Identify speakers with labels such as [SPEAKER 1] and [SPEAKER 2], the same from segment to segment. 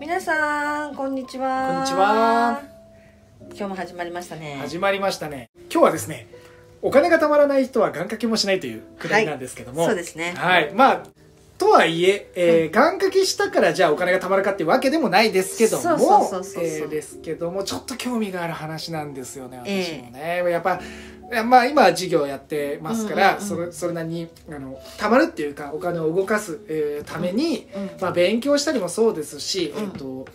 [SPEAKER 1] 皆さんこんにちは
[SPEAKER 2] こんにちは
[SPEAKER 1] 今日も始まりましたね
[SPEAKER 2] 始まりましたね今日はですねお金がたまらない人は願掛けもしないというくらいなんですけども、
[SPEAKER 1] はいそうですね
[SPEAKER 2] はいまあとはいええー願掛けしたからじゃあお金がたまるかっていうわけでもないですけども
[SPEAKER 1] そうそうそうそうそう
[SPEAKER 2] えーですけどもちょっと興味がある話なんですよね私もね、やっぱいやまあ今は事業やってますか
[SPEAKER 1] うんう
[SPEAKER 2] ら、
[SPEAKER 1] んうん
[SPEAKER 2] それそれなりにあのたまるっていうかお金を動かす、えーために、
[SPEAKER 1] うん
[SPEAKER 2] まあ、勉強したりもそうですし、
[SPEAKER 1] うん
[SPEAKER 2] えっと、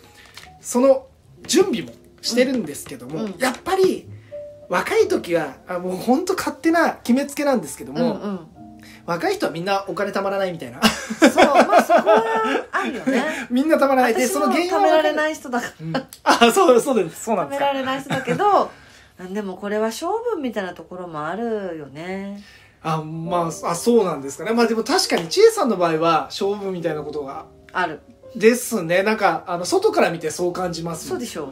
[SPEAKER 2] その準備もしてるんですけども、
[SPEAKER 1] うん
[SPEAKER 2] やっぱり若い時はあもう本当勝手な決めつけなんですけど
[SPEAKER 1] うん
[SPEAKER 2] も、
[SPEAKER 1] うん
[SPEAKER 2] 若い人はみんなお金たまらないみたいな
[SPEAKER 1] そうまあそこはあるよね
[SPEAKER 2] みんなたまらないで
[SPEAKER 1] 私
[SPEAKER 2] そ
[SPEAKER 1] も
[SPEAKER 2] の原 因は、
[SPEAKER 1] 貯められないい人だか
[SPEAKER 2] うん、 あそうそうですそうな
[SPEAKER 1] ら貯
[SPEAKER 2] んで
[SPEAKER 1] め
[SPEAKER 2] す
[SPEAKER 1] ら
[SPEAKER 2] か
[SPEAKER 1] れない人だけどでもこれは勝負みたいなところもあるよね
[SPEAKER 2] あまああそうなんですかねまあでも確かに知恵さんの場合は勝負みたいなことが
[SPEAKER 1] ある
[SPEAKER 2] ですねなんかあの外から見てそう感じます
[SPEAKER 1] そうでしょう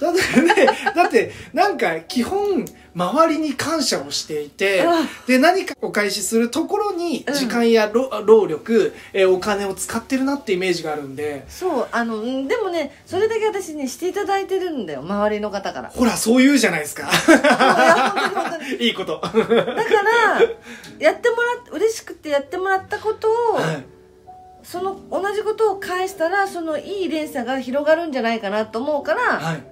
[SPEAKER 2] だってね、 だってなんか基本周りに感謝をしていて
[SPEAKER 1] うん、
[SPEAKER 2] で何かお返しするところに時間や労労力、えーお金を使ってるなってイメージがあるんで、
[SPEAKER 1] そうあのうんでもねそれだけ私ねしていただいてるんだよ周りの方 から
[SPEAKER 2] ほらそう言うじゃないですか。
[SPEAKER 1] いや本当に本当に
[SPEAKER 2] いいこと。
[SPEAKER 1] だからやってもらっ嬉しくてやってもらったことを、
[SPEAKER 2] はい
[SPEAKER 1] その同じことを返したらそのいい連鎖が広がるんじゃないかなと思うから、
[SPEAKER 2] はい。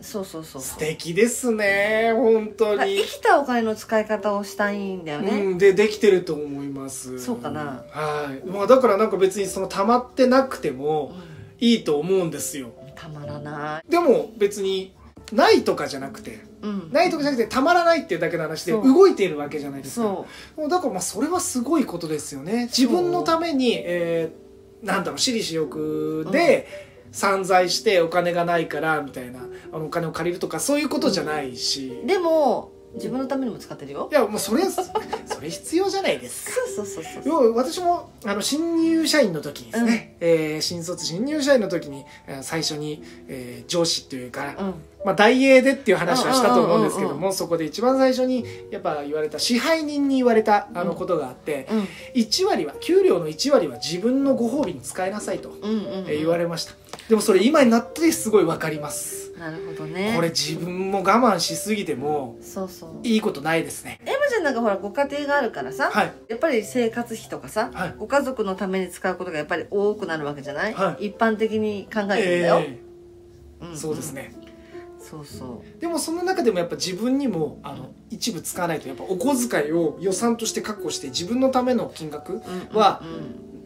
[SPEAKER 1] そうそうそう
[SPEAKER 2] 素敵ですね、本当
[SPEAKER 1] だから
[SPEAKER 2] に
[SPEAKER 1] 生。きたお金の使い方をしたいんだよね、
[SPEAKER 2] うん、でできてると思います
[SPEAKER 1] そうかな
[SPEAKER 2] はい、まあ、だからなんか別にその溜まってなくてもいいと思うんですよ
[SPEAKER 1] うんたまらない
[SPEAKER 2] でも別にないとかじゃなくて
[SPEAKER 1] うん
[SPEAKER 2] ないとかじゃなくてたまらないっていうだけの話で
[SPEAKER 1] そう
[SPEAKER 2] 動いているわけじゃないですか
[SPEAKER 1] そ
[SPEAKER 2] もうだからまあそれはすごいことですよね自分のために、えーなんだろう私利私欲で散財してお金がないからみたいなあのお金を借りるとかそういうことじゃないし、
[SPEAKER 1] う
[SPEAKER 2] い
[SPEAKER 1] でも自分のためにも使ってるよ
[SPEAKER 2] やもうそれ それ必要じゃないですか
[SPEAKER 1] そうそうそうそう
[SPEAKER 2] 要は私もあの新入社員の時にですね、えー新卒新入社員の時にえー最初に、えー上司というか、
[SPEAKER 1] うん
[SPEAKER 2] まあ、大英でっていう話はしたと思うんですけど
[SPEAKER 1] うんうんうん
[SPEAKER 2] もそこで一番最初にやっぱ言われた支配人に言われたあのことがあって、
[SPEAKER 1] うん
[SPEAKER 2] 1割は給料の1割は自分のご褒美に使いなさいと、
[SPEAKER 1] うんうんうん
[SPEAKER 2] えー言われましたでもそれ今になってすごい分かります
[SPEAKER 1] なるほどね
[SPEAKER 2] これ自分も我慢しすぎても
[SPEAKER 1] そうそう
[SPEAKER 2] いいことないですね
[SPEAKER 1] エマちゃんなんかほらご家庭があるからさ、
[SPEAKER 2] はい
[SPEAKER 1] やっぱり生活費とかさ、
[SPEAKER 2] はい
[SPEAKER 1] ご家族のために使うことがやっぱり多くなるわけじゃない、
[SPEAKER 2] はい
[SPEAKER 1] 一般的に考えてんだよ、
[SPEAKER 2] え
[SPEAKER 1] ん
[SPEAKER 2] ー
[SPEAKER 1] ん
[SPEAKER 2] そうですね
[SPEAKER 1] そうそ
[SPEAKER 2] でもその中でもやっぱ自分にもあの一部使わないとやっぱお小遣いを予算として確保して自分のための金
[SPEAKER 1] う、
[SPEAKER 2] 額
[SPEAKER 1] うんうんうん
[SPEAKER 2] は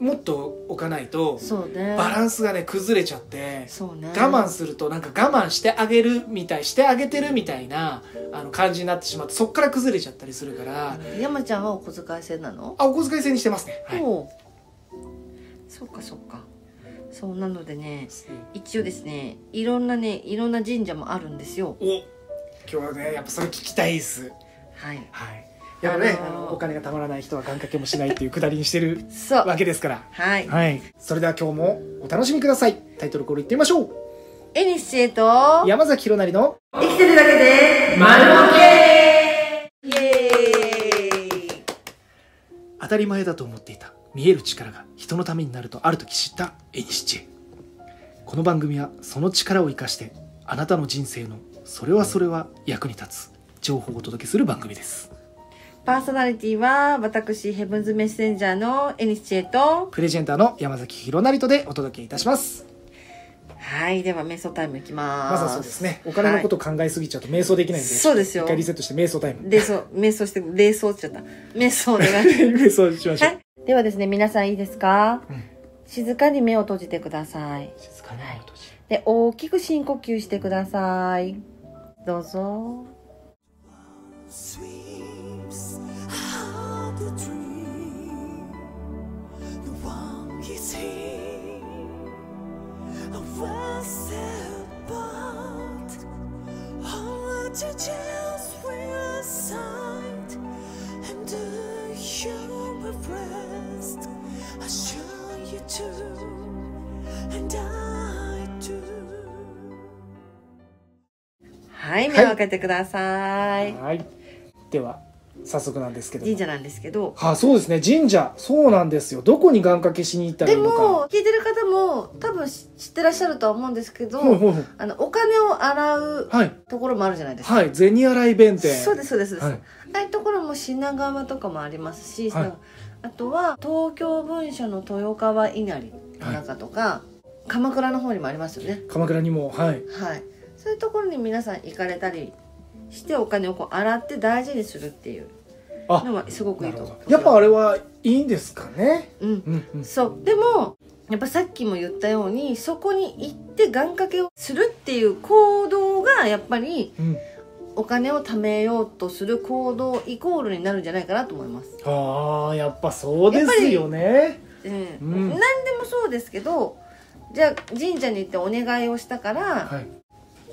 [SPEAKER 2] もっと置かないと
[SPEAKER 1] そうね
[SPEAKER 2] バランスがね崩れちゃって
[SPEAKER 1] そうね
[SPEAKER 2] 我慢するとなんか我慢してあげるみたいしてあげてるみたいなあの感じになってしまってそっから崩れちゃったりするから
[SPEAKER 1] 山ちゃんはお小遣い制なの、
[SPEAKER 2] あお小遣い制にしてますねはい
[SPEAKER 1] おうそうかそうかそうなのでね一応ですねいろんなねいろんな神社もあるんですよ
[SPEAKER 2] お今日はねやっぱそれ聞きたいです
[SPEAKER 1] はい
[SPEAKER 2] はいやっぱね、
[SPEAKER 1] あのー
[SPEAKER 2] あのお金がたまらない人は願掛けもしないっていうくだりにしてる
[SPEAKER 1] そう
[SPEAKER 2] わけですから
[SPEAKER 1] はい
[SPEAKER 2] はい。それでは今日もお楽しみください。タイトルコールいってみましょう。
[SPEAKER 1] エニシエと
[SPEAKER 2] 山崎弘成の
[SPEAKER 1] 生きてるだけで丸儲けイエーイ
[SPEAKER 2] 当たり前だと思っていた見える力が人のためになるとある時知ったエニシチェ。この番組はその力を生かしてあなたの人生のそれはそれは役に立つ情報をお届けする番組です。
[SPEAKER 1] パーソナリティは私ヘブンズメッセンジャーのエニシチェと
[SPEAKER 2] プレゼンターの山崎弘成とでお届けいたします。
[SPEAKER 1] はいでは瞑想タイムいきます
[SPEAKER 2] まずはそうですね。お金のことを考えすぎちゃうと瞑想できないんで、
[SPEAKER 1] はいそうですよ
[SPEAKER 2] 一回リセットして瞑想タイム。
[SPEAKER 1] でそう瞑想して瞑想っちゃった瞑想お願いします
[SPEAKER 2] 瞑想しましょ
[SPEAKER 1] は
[SPEAKER 2] う。
[SPEAKER 1] い、ではですね皆さんいいですか、
[SPEAKER 2] うん
[SPEAKER 1] 静かに目を閉じてください
[SPEAKER 2] 静かに目を閉じ
[SPEAKER 1] で大きく深呼吸してくださいどうぞ
[SPEAKER 3] sweeps out the dream. The one is here. I was set apart. All the chance were aside. And the human breast, I show you too. And I do.
[SPEAKER 1] はい目を開けてください、
[SPEAKER 2] はい。では、早速なんですけども
[SPEAKER 1] 神社なんですけど
[SPEAKER 2] あそうですね神社そうなんですよどこに願掛けしに行ったらい
[SPEAKER 1] で
[SPEAKER 2] いのか
[SPEAKER 1] も聞いてる方も多分知知ってらっしゃるとは思うんですけど、
[SPEAKER 2] ほいほいほい
[SPEAKER 1] あのお金を洗う
[SPEAKER 2] はい
[SPEAKER 1] ところもあるじゃないですか、
[SPEAKER 2] はい銭洗い弁天
[SPEAKER 1] そうですそうですそうです、
[SPEAKER 2] はい
[SPEAKER 1] ああいうところも品川とかもありますし、
[SPEAKER 2] はい
[SPEAKER 1] あとは東京文書の豊川稲荷の中とか、鎌倉の方にもありますよね
[SPEAKER 2] 鎌倉にもはい
[SPEAKER 1] はいそういうところに皆さん行かれたりしてお金をこう洗って大事にするっていう
[SPEAKER 2] あ
[SPEAKER 1] のはすごくい
[SPEAKER 2] ないる
[SPEAKER 1] と
[SPEAKER 2] ほ
[SPEAKER 1] 思
[SPEAKER 2] どやっぱあ
[SPEAKER 1] れ
[SPEAKER 2] れはいいんですかね
[SPEAKER 1] うん
[SPEAKER 2] うんうん
[SPEAKER 1] そうでもやっぱさっきも言ったようにそこに行って願掛けをするっていう行動がやっぱり
[SPEAKER 2] うん
[SPEAKER 1] お金を貯めようとする行動イコールになるんじゃないかなと思います
[SPEAKER 2] ああやっぱそうですよね
[SPEAKER 1] うん
[SPEAKER 2] う
[SPEAKER 1] 何
[SPEAKER 2] ん
[SPEAKER 1] でもそうですけどじゃあ神社に行ってお願いをしたから、
[SPEAKER 2] はい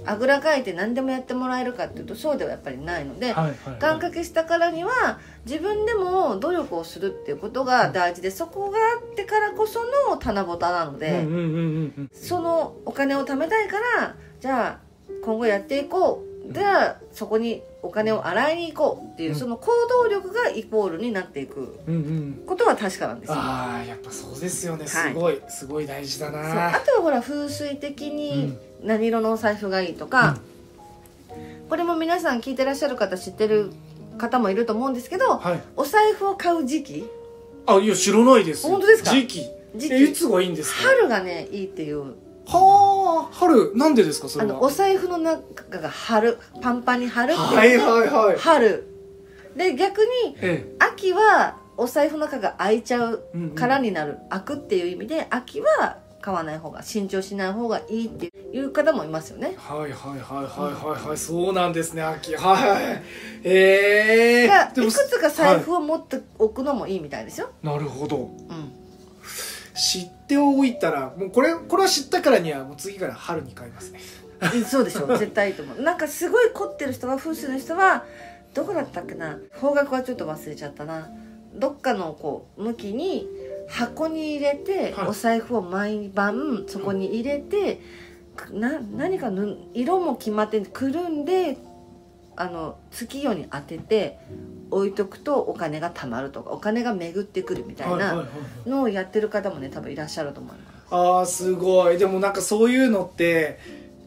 [SPEAKER 1] あぐらかいて何でもやってもらえるかっていうとそうではやっぱりないので、
[SPEAKER 2] はいはい
[SPEAKER 1] 願
[SPEAKER 2] はい
[SPEAKER 1] 掛けしたからには自分でも努力をするっていうことが大事でそこがあってからこその七夕なので、
[SPEAKER 2] うんうんうんうんうん
[SPEAKER 1] そのお金を貯めたいからじゃあ今後やっていこうじゃあそこにお金を洗いに行こうっていう、
[SPEAKER 2] うん
[SPEAKER 1] その行動力がイコールになっていく
[SPEAKER 2] うんうん
[SPEAKER 1] ことは確かなんですよ。
[SPEAKER 2] ああやっぱそうですよね
[SPEAKER 1] は
[SPEAKER 2] す
[SPEAKER 1] い
[SPEAKER 2] ごいすごい大事だ
[SPEAKER 1] そうあ
[SPEAKER 2] な
[SPEAKER 1] とはほら風水的に何色のお財布がいいとか、これも皆さん聞いてらっしゃる方知ってる方もいると思うんですけど、
[SPEAKER 2] はい
[SPEAKER 1] お財布を買う時期
[SPEAKER 2] あいや知らないですよ
[SPEAKER 1] 本当ですか
[SPEAKER 2] 時期
[SPEAKER 1] 時
[SPEAKER 2] えい
[SPEAKER 1] 期
[SPEAKER 2] つがいいんですか
[SPEAKER 1] 春がねいいっていう
[SPEAKER 2] はあ春なんでですかそ
[SPEAKER 1] あ
[SPEAKER 2] れは
[SPEAKER 1] のお財布の中が春パンパンに春って
[SPEAKER 2] はいはいはい
[SPEAKER 1] 春で逆に
[SPEAKER 2] え
[SPEAKER 1] 秋はお財布の中が開いちゃう
[SPEAKER 2] えうんうん
[SPEAKER 1] 空になる、開くっていう意味で秋は買わない方が慎重しない方がいいっていう方もいますよね
[SPEAKER 2] はいはいはいはいはいはいそうなんですね秋はいええ
[SPEAKER 1] がい
[SPEAKER 2] でも
[SPEAKER 1] くつか財布を持っておくのもいいみたいですよ、
[SPEAKER 2] なるほど
[SPEAKER 1] うん、
[SPEAKER 2] 知っておいたらもうこれこれは知ったからにはもう次から春に変えますね
[SPEAKER 1] うんそうでしょ う絶対いいと思うなんかすごい凝ってる人は風水の人はどこだったっけな方角はちょっと忘れちゃったなどっかのこう向きに箱に入れて、
[SPEAKER 2] はい
[SPEAKER 1] お財布を毎晩そこに入れて、な何かぬ色も決まってくるんであの月夜に当てて置いとくとお金が貯まるとかお金が巡ってくるみたい
[SPEAKER 2] はいはい
[SPEAKER 1] な
[SPEAKER 2] はいはい
[SPEAKER 1] のをやってる方もね多分いらっしゃると思います。
[SPEAKER 2] あーすごいでもなんかそういうのって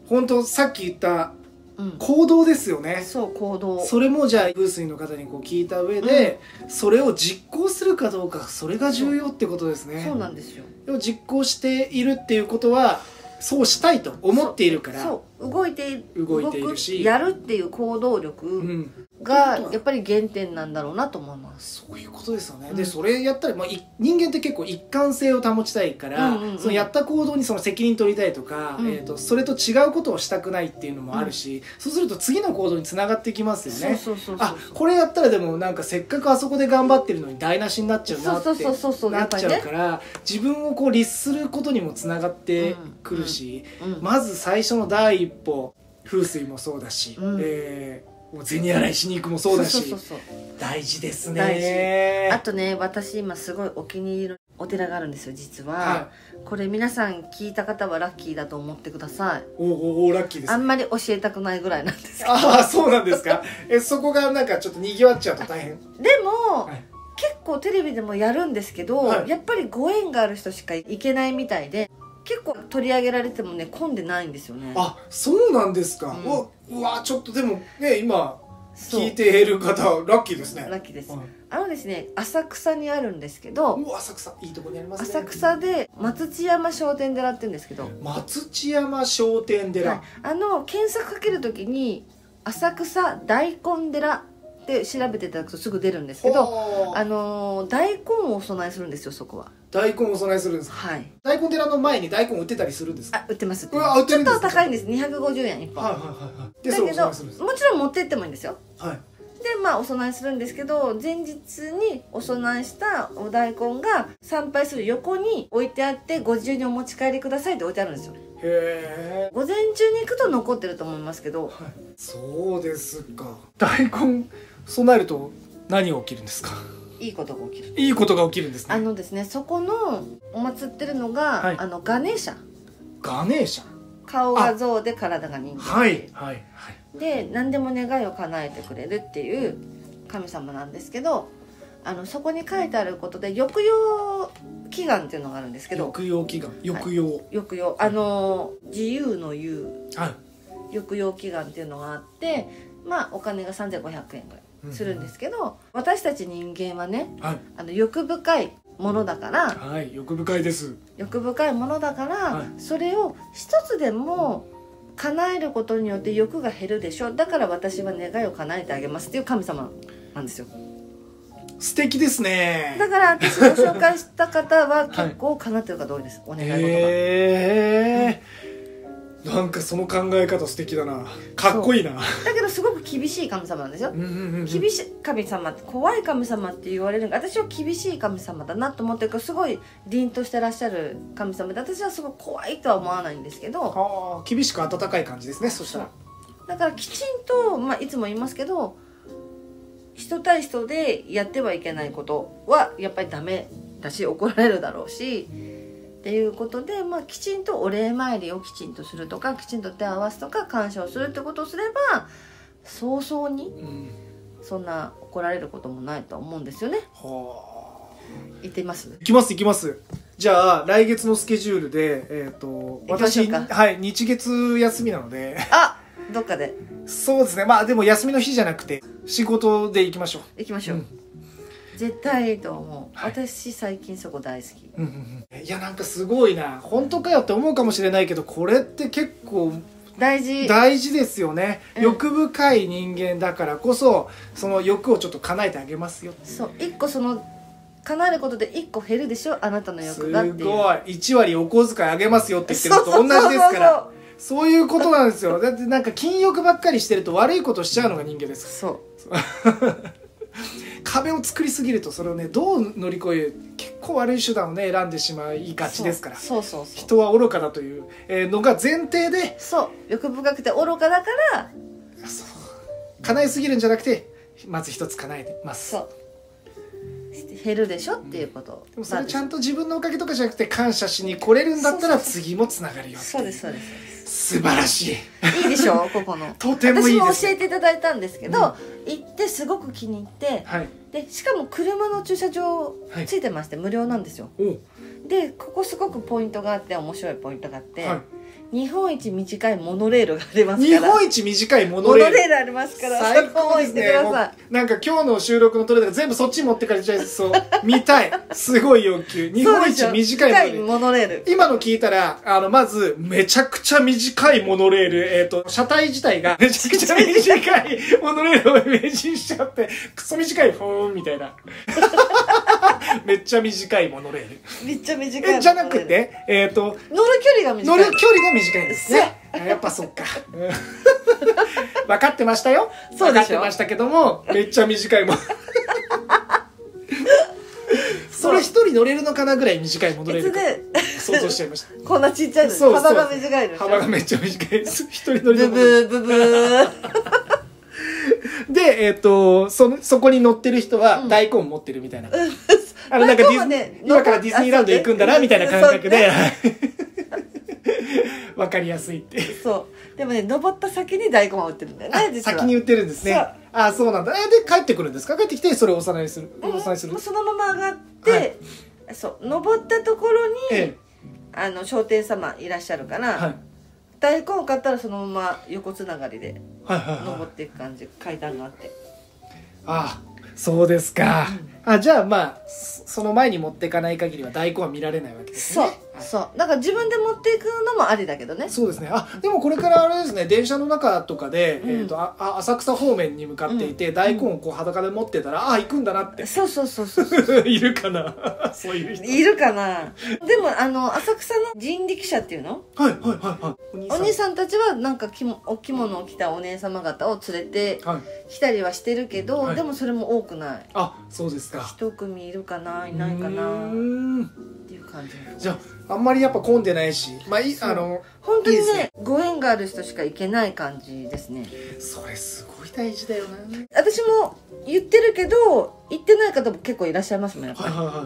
[SPEAKER 2] 本当さっき言った
[SPEAKER 1] うん、
[SPEAKER 2] 行動ですよね
[SPEAKER 1] そう行動
[SPEAKER 2] それもじゃあ風水の方にこう聞いた上で、それを実行するかどうかそれが重要ってことですね
[SPEAKER 1] そうなんですよ
[SPEAKER 2] でも実行しているっていうことはそうしたいと思っているから
[SPEAKER 1] そう動いている
[SPEAKER 2] 動いているし
[SPEAKER 1] 動くやるっていう行動
[SPEAKER 2] う
[SPEAKER 1] 力
[SPEAKER 2] ん、
[SPEAKER 1] がやっぱり原点なんだろうなと思います
[SPEAKER 2] そういうことですよね、
[SPEAKER 1] うん
[SPEAKER 2] でそれやったら、まあ、い人間って結構一貫性を保ちたいから、
[SPEAKER 1] うんうんうん
[SPEAKER 2] そのやった行動にその責任取りたいとか、
[SPEAKER 1] うん
[SPEAKER 2] えー、とそれと違うことをしたくないっていうのもあるし、そうすると次の行動につながってきますよね
[SPEAKER 1] そうそうそうそう
[SPEAKER 2] あこれやったらでもなんかせっかくあそこで頑張ってるのに台無しになっちゃうなって
[SPEAKER 1] そうそうそうそう
[SPEAKER 2] なっちゃうから、自分をこう律することにもつながってくるし、
[SPEAKER 1] うん
[SPEAKER 2] まず最初の第一歩風水もそうだし、
[SPEAKER 1] うん
[SPEAKER 2] えーもう銭洗いしに行くもそうだし
[SPEAKER 1] そうそうそう
[SPEAKER 2] 大事です
[SPEAKER 1] 大
[SPEAKER 2] ね
[SPEAKER 1] あとね私今すごいお気に入りのお寺があるんですよ実は、
[SPEAKER 2] は
[SPEAKER 1] これ皆さん聞いた方はラッキーだと思ってください
[SPEAKER 2] い、おおおラッキーです
[SPEAKER 1] あ
[SPEAKER 2] あ
[SPEAKER 1] んまり教えたくないぐらいなんですけ
[SPEAKER 2] あーそうなんで すかえそこがなんかちょっとにぎわっちゃうと大変
[SPEAKER 1] どでも、
[SPEAKER 2] はい
[SPEAKER 1] 結構テレビでもやるんですけど、
[SPEAKER 2] はい
[SPEAKER 1] やっぱりご縁がある人しか行けないみたいで結構取り上げられてもね混んでないんですよね
[SPEAKER 2] あそうなんですか、
[SPEAKER 1] うん
[SPEAKER 2] うわうわちょっとでもね今
[SPEAKER 1] そう
[SPEAKER 2] 聞いている方ラッキーですね
[SPEAKER 1] ラッキーです
[SPEAKER 2] はい
[SPEAKER 1] あのですね浅草にあるんですけど
[SPEAKER 2] うわ浅草いいとこにありますね
[SPEAKER 1] 浅草で松千山商店寺って言うんですけど、
[SPEAKER 2] 松千山商店寺、
[SPEAKER 1] はいあの検索かけるときに「浅草大根寺」って調べていただくとすぐ出るんですけど
[SPEAKER 2] ほう
[SPEAKER 1] あのー大根をお供えするんですよそこは
[SPEAKER 2] 大根お供えするんですか
[SPEAKER 1] はい
[SPEAKER 2] 大根寺の前に大根売ってたりするんですか
[SPEAKER 1] あ売ってます
[SPEAKER 2] うわ売ってる
[SPEAKER 1] ち
[SPEAKER 2] んで
[SPEAKER 1] ょっ
[SPEAKER 2] す
[SPEAKER 1] と
[SPEAKER 2] か
[SPEAKER 1] 高いんです250円一本
[SPEAKER 2] はいはいはいはいで
[SPEAKER 1] だ
[SPEAKER 2] それ
[SPEAKER 1] け
[SPEAKER 2] お供
[SPEAKER 1] ど
[SPEAKER 2] えするんです
[SPEAKER 1] もちろん持ってってもいいんですよ
[SPEAKER 2] かはい
[SPEAKER 1] でまあお供えするんですけど前日にお供えしたお大根が参拝する横に置いてあってご自由にお持ち帰りくださいって置いてあるんですよ
[SPEAKER 2] へえ
[SPEAKER 1] 午前中に行くと残ってると思いますけど
[SPEAKER 2] そうですか大根備えると何が起きるんですか
[SPEAKER 1] いいことが起きる
[SPEAKER 2] いいことが起きるんです
[SPEAKER 1] あ
[SPEAKER 2] ね
[SPEAKER 1] のですねそこのお祀ってるのが、
[SPEAKER 2] はい
[SPEAKER 1] あのガネーシャ
[SPEAKER 2] ガネーシャ
[SPEAKER 1] 顔が象で体が人間
[SPEAKER 2] はいはいはい
[SPEAKER 1] で何でも願いを叶えてくれるっていう神様なんですけどあのそこに書いてあることで抑揚祈願っていうのがあるんですけど
[SPEAKER 2] 抑揚祈願抑揚はい、
[SPEAKER 1] 抑揚あの自由の言う抑揚祈願っていうのがあってまあお金が3500円ぐらいするんですけど、私たち人間はね
[SPEAKER 2] はい
[SPEAKER 1] あの欲深いものだから
[SPEAKER 2] はい欲深いです
[SPEAKER 1] 欲深いものだから、
[SPEAKER 2] はい
[SPEAKER 1] それを一つでも叶えることによって欲が減るでしょだから私は願いを叶えてあげますっていう神様なんですよ
[SPEAKER 2] 素敵ですね
[SPEAKER 1] だから私ご紹介した方は結構叶ってる方多いですお願い事が、
[SPEAKER 2] へえなんかその考え方素敵だなかっこいいな
[SPEAKER 1] だけどすごく厳しい神様なんですよ
[SPEAKER 2] うんうんうんうん
[SPEAKER 1] 厳しい神様って怖い神様って言われるのが私は厳しい神様だなと思ってるからすごい凛としてらっしゃる神様で私はすごい怖いとは思わないんですけど
[SPEAKER 2] あー厳しく温かい感じですねそしたら
[SPEAKER 1] だからきちんと、まあ、いつも言いますけど人対人でやってはいけないことはやっぱりダメだし怒られるだろうしっていうことで、まあ、きちんとお礼参りをきちんとするとかきちんと手を合わすとか感謝をするってことをすれば早々に
[SPEAKER 2] うん
[SPEAKER 1] そんな怒られることもないと思うんですよね
[SPEAKER 2] はあ
[SPEAKER 1] 言ってみます
[SPEAKER 2] 行きます行きますじゃあ来月のスケジュールでえっ、と
[SPEAKER 1] 行きましょう
[SPEAKER 2] 私
[SPEAKER 1] か
[SPEAKER 2] はい日月休みなので
[SPEAKER 1] あどっかで
[SPEAKER 2] そうですねまあでも休みの日じゃなくて仕事で行きましょう
[SPEAKER 1] 行きましょう、
[SPEAKER 2] うん
[SPEAKER 1] 絶対いいと思う、
[SPEAKER 2] はい
[SPEAKER 1] 私最近そこ大好き
[SPEAKER 2] うんうんうんいやなんかすごいな本当かよって思うかもしれないけどこれって結構
[SPEAKER 1] 大事
[SPEAKER 2] 大事ですよね、
[SPEAKER 1] うん
[SPEAKER 2] 欲深い人間だからこそその欲をちょっと叶えてあげますよ
[SPEAKER 1] そう一個その叶えることで一個減るでしょあなたの
[SPEAKER 2] す
[SPEAKER 1] 欲
[SPEAKER 2] ごい
[SPEAKER 1] がっていう
[SPEAKER 2] 1割お小遣いあげますよって言ってるのと
[SPEAKER 1] そ
[SPEAKER 2] 同
[SPEAKER 1] うそうそうそう
[SPEAKER 2] じですからそういうことなんですよだってなんか禁欲ばっかりしてると悪いことしちゃうのが人間です
[SPEAKER 1] そう
[SPEAKER 2] 壁を作りすぎるとそれをねどう乗り越える結構悪い手段をね選んでしまいがちですから
[SPEAKER 1] そうそうそうそう
[SPEAKER 2] 人は愚かだというえーのが前提で
[SPEAKER 1] そう欲深くて愚かだから
[SPEAKER 2] そう叶えすぎるんじゃなくてまず一つ叶えてます
[SPEAKER 1] そう減るでしょっていうこと
[SPEAKER 2] でもそれちゃん
[SPEAKER 1] と
[SPEAKER 2] と自分のおかげとかじゃなくて感謝しに来れるんだったら
[SPEAKER 1] そうそうそう
[SPEAKER 2] 次もつながるよってい
[SPEAKER 1] そうですそうです
[SPEAKER 2] 素晴らし
[SPEAKER 1] い
[SPEAKER 2] い
[SPEAKER 1] いでしょここの
[SPEAKER 2] とてもいい で
[SPEAKER 1] 私も
[SPEAKER 2] す
[SPEAKER 1] 教えていただいたんですけど、行ってすごく気に入って
[SPEAKER 2] はい
[SPEAKER 1] でしかも車の駐車場
[SPEAKER 2] はい
[SPEAKER 1] ついてまして無料なんですよ
[SPEAKER 2] お
[SPEAKER 1] でここすごくポイントがあって面白いポイントがあって、
[SPEAKER 2] は
[SPEAKER 1] 日本一短いモノレールがありま
[SPEAKER 2] い、
[SPEAKER 1] す
[SPEAKER 2] 日
[SPEAKER 1] から
[SPEAKER 2] 本一短いモノ
[SPEAKER 1] モ
[SPEAKER 2] レ
[SPEAKER 1] ノ
[SPEAKER 2] ール
[SPEAKER 1] レールありますから
[SPEAKER 2] 最高です
[SPEAKER 1] そこを行って
[SPEAKER 2] ね
[SPEAKER 1] く
[SPEAKER 2] も
[SPEAKER 1] ださいう
[SPEAKER 2] なんか今日の収録の撮れたから全部そっち持ってかれちゃいそう見たいすごい要求日本一
[SPEAKER 1] そうでしょ
[SPEAKER 2] 短いモノレー
[SPEAKER 1] モ
[SPEAKER 2] ル
[SPEAKER 1] ノレール
[SPEAKER 2] 今の聞いたら、あの、まず、めちゃくちゃ短いモノレール、えっ、と、車体自体が めちゃくちゃ短いモノレールをイメージしちゃって、クソ短いフォーンみたいな。 めっちゃ短いモノレ ール。
[SPEAKER 1] めっちゃ短いモノレー
[SPEAKER 2] え、
[SPEAKER 1] ル
[SPEAKER 2] じゃなくて、えっ、と、
[SPEAKER 1] 乗る距離が
[SPEAKER 2] 乗
[SPEAKER 1] 短い
[SPEAKER 2] る距離が短いんですね。あやっぱそっか。うん分かってましたよ。
[SPEAKER 1] そうでしょ
[SPEAKER 2] 分かってましたけども、めっちゃ短いモノそれ一人乗れるのかなぐらい短いモノレール
[SPEAKER 1] 別
[SPEAKER 2] か
[SPEAKER 1] で
[SPEAKER 2] 想像しちゃいま した。
[SPEAKER 1] こんなちっちゃいのに
[SPEAKER 2] そうそう
[SPEAKER 1] 幅が短いの
[SPEAKER 2] 幅がめっちゃ短いです。 一人乗り
[SPEAKER 1] ブ
[SPEAKER 2] の
[SPEAKER 1] ブ
[SPEAKER 2] もの
[SPEAKER 1] ーブブー
[SPEAKER 2] で、えっ、と、その、そこに乗ってる人は
[SPEAKER 1] うん
[SPEAKER 2] 大根持ってるみたいな。あの、なんかディズ
[SPEAKER 1] 大根は
[SPEAKER 2] ニ
[SPEAKER 1] ね
[SPEAKER 2] ー、今からディズニーランド行くんだな、
[SPEAKER 1] そう
[SPEAKER 2] みたいな感覚で
[SPEAKER 1] そう。
[SPEAKER 2] わかりやすいって。
[SPEAKER 1] そうでもね登った先に大根は売ってるんだよね
[SPEAKER 2] あ
[SPEAKER 1] 実は
[SPEAKER 2] 先に売ってるんですね。
[SPEAKER 1] そう
[SPEAKER 2] あ、そうなんだ。えで、帰ってくるんですか帰ってきて、それをおさらいする。
[SPEAKER 1] うん
[SPEAKER 2] おさらいする
[SPEAKER 1] もう。そのまま上がって、
[SPEAKER 2] は
[SPEAKER 1] そう登ったところに、
[SPEAKER 2] え
[SPEAKER 1] あの商店様いらっしゃるか
[SPEAKER 2] え。
[SPEAKER 1] ら、
[SPEAKER 2] はい。
[SPEAKER 1] 大根を買ったらそのまま横つながりで
[SPEAKER 2] はいはいはい
[SPEAKER 1] 登っていく感じ階段があって
[SPEAKER 2] あそうですか。あ、じゃあまあ、そその前に持っていかない限りは大根は見られないわけです
[SPEAKER 1] そう
[SPEAKER 2] ね。はい
[SPEAKER 1] そうだから自分で持っていくのもありだけどね
[SPEAKER 2] そうですねあでもこれからあれですね電車の中とかで、
[SPEAKER 1] うん
[SPEAKER 2] えー、とああ浅草方面に向かっていて、大根をこう裸で持ってたら、ああ行くんだなって
[SPEAKER 1] そうそうそうそう
[SPEAKER 2] いるかなそういう人
[SPEAKER 1] いるかなでもあの浅草の人力車っていうの
[SPEAKER 2] はいはいはいはいお兄
[SPEAKER 1] お兄さんたちはなんかきもお着物を着たお姉様方を連れて
[SPEAKER 2] はい、
[SPEAKER 1] きたりはしてるけど、
[SPEAKER 2] はい
[SPEAKER 1] でもそれも多くない
[SPEAKER 2] あそうですか
[SPEAKER 1] 一組いるかないないか
[SPEAKER 2] う
[SPEAKER 1] なっ
[SPEAKER 2] ーん
[SPEAKER 1] ていう感じ
[SPEAKER 2] じゃああんまりやっぱ混んでないしまあい
[SPEAKER 1] そう
[SPEAKER 2] あの
[SPEAKER 1] 本当に
[SPEAKER 2] いい
[SPEAKER 1] ね
[SPEAKER 2] ですね
[SPEAKER 1] ご縁がある人しか行けない感じですね
[SPEAKER 2] それすごい大事だよな
[SPEAKER 1] 私も言ってるけど行ってない方も結構いらっしゃいますもんやっぱ
[SPEAKER 2] はいはいはい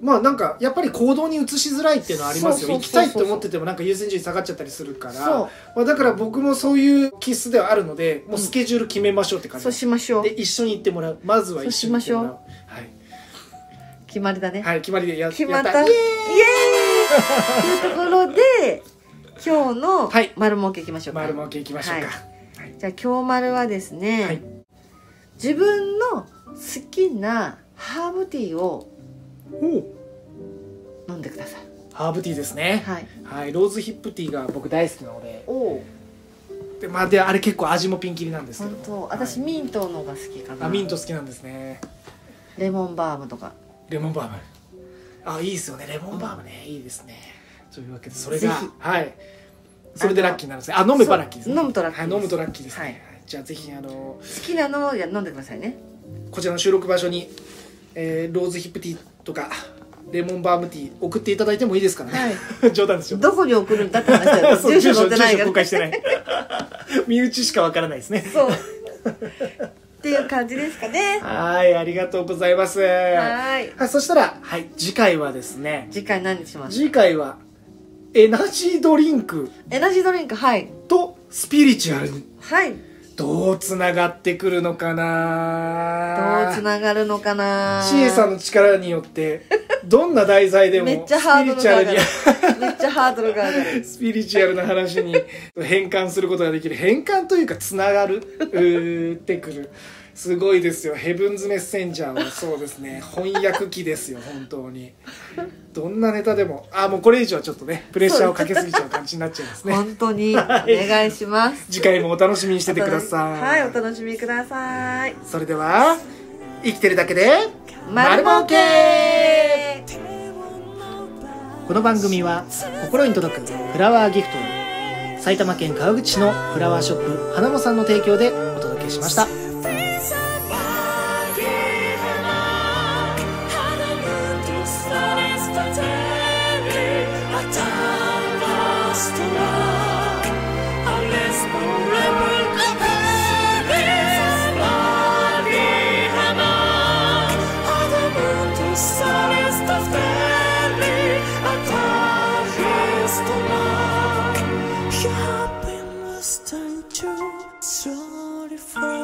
[SPEAKER 2] まあなんかやっぱり行動に移しづらいっていうのはありますよ
[SPEAKER 1] そうそうそうそう
[SPEAKER 2] 行きたいって思っててもなんか優先順位下がっちゃったりするから
[SPEAKER 1] そ
[SPEAKER 2] まあ、だから僕もそういう気質ではあるのでもうスケジュール決めましょうって
[SPEAKER 1] う
[SPEAKER 2] 感じ
[SPEAKER 1] そう
[SPEAKER 2] です、
[SPEAKER 1] しましょう
[SPEAKER 2] で一緒に行ってもらうまずは一緒に行ってもらう
[SPEAKER 1] そ
[SPEAKER 2] はい
[SPEAKER 1] 決まりだね、
[SPEAKER 2] はい、決まりでや
[SPEAKER 1] 決まっ
[SPEAKER 2] や
[SPEAKER 1] た
[SPEAKER 2] っ
[SPEAKER 1] イエーイというところ で今日の
[SPEAKER 2] はい
[SPEAKER 1] 丸儲けいきましょうか、
[SPEAKER 2] 丸儲けいきましょうか、
[SPEAKER 1] はじゃあ今日丸はですね、
[SPEAKER 2] はい
[SPEAKER 1] 自分の好きなハーブティーを
[SPEAKER 2] おう
[SPEAKER 1] 飲んでください
[SPEAKER 2] ハーブティーですね
[SPEAKER 1] はい
[SPEAKER 2] はいローズヒップティーが僕大好きなので
[SPEAKER 1] おお
[SPEAKER 2] で,、まあ、であれ結構味もピンキリなんですけど
[SPEAKER 1] 本当私、
[SPEAKER 2] はい
[SPEAKER 1] ミントのが好きかな
[SPEAKER 2] あミント好きなんですね
[SPEAKER 1] レモンバームとか
[SPEAKER 2] レモンバームあいいですよねレモンバームね、いいですねというわけでそれ
[SPEAKER 1] ぜ
[SPEAKER 2] が
[SPEAKER 1] ひ
[SPEAKER 2] はいそれでラッキーになるんですねあ飲めばラッキーです、ね、
[SPEAKER 1] そう飲むとラッキーです
[SPEAKER 2] はい、飲むとラッキーですね、
[SPEAKER 1] はい
[SPEAKER 2] はいじゃあぜひあの
[SPEAKER 1] 好きなのを飲んでくださいね
[SPEAKER 2] こちらの収録場所に、えーローズヒップティーとかレモンバームティー送っていただいてもいいですからね、 冗談ですよ
[SPEAKER 1] どこに送るんだって話だよ
[SPEAKER 2] そう
[SPEAKER 1] 住所載ってないか
[SPEAKER 2] 住所
[SPEAKER 1] ら
[SPEAKER 2] 公開してない 身内しかわからないですね
[SPEAKER 1] そうっていう感じですかね
[SPEAKER 2] はいありがとうございますは
[SPEAKER 1] はーい
[SPEAKER 2] いそしたら、はい、次回はですね
[SPEAKER 1] 次回何にします
[SPEAKER 2] 次回はエナジードリンク
[SPEAKER 1] エナジードリンクはい
[SPEAKER 2] とスピリチュアルに
[SPEAKER 1] はいど
[SPEAKER 2] どうつながってくるのかな
[SPEAKER 1] うつながるのかな
[SPEAKER 2] C さんの力によってどんな題材で も
[SPEAKER 1] めっちゃ
[SPEAKER 2] ス
[SPEAKER 1] ハ
[SPEAKER 2] ピ
[SPEAKER 1] ード
[SPEAKER 2] リ
[SPEAKER 1] ル
[SPEAKER 2] チュ
[SPEAKER 1] が
[SPEAKER 2] ア
[SPEAKER 1] 上
[SPEAKER 2] ル
[SPEAKER 1] がる
[SPEAKER 2] に
[SPEAKER 1] めっちゃハードルが上が る
[SPEAKER 2] スピリチュアルな話に変換することができる変換というかつながるうーってくるすごいですよヘブンズ・メッセンジャーはそうですね翻訳機ですよ本当にどんなネタでもあもうこれ以上はちょっとねプレッシャーをかけすぎちゃう感じになっちゃいますね
[SPEAKER 1] 本当にお願いします
[SPEAKER 2] 次回もお楽しみにしててくださ
[SPEAKER 1] は
[SPEAKER 2] い、
[SPEAKER 1] いお楽しみください
[SPEAKER 2] それでは生きてるだけで
[SPEAKER 1] 丸儲け
[SPEAKER 4] この番組は心に届くフラワーギフトを埼玉県川口市のフラワーショップ花もさんの提供でお届けしました
[SPEAKER 3] I've been lost and too sorry for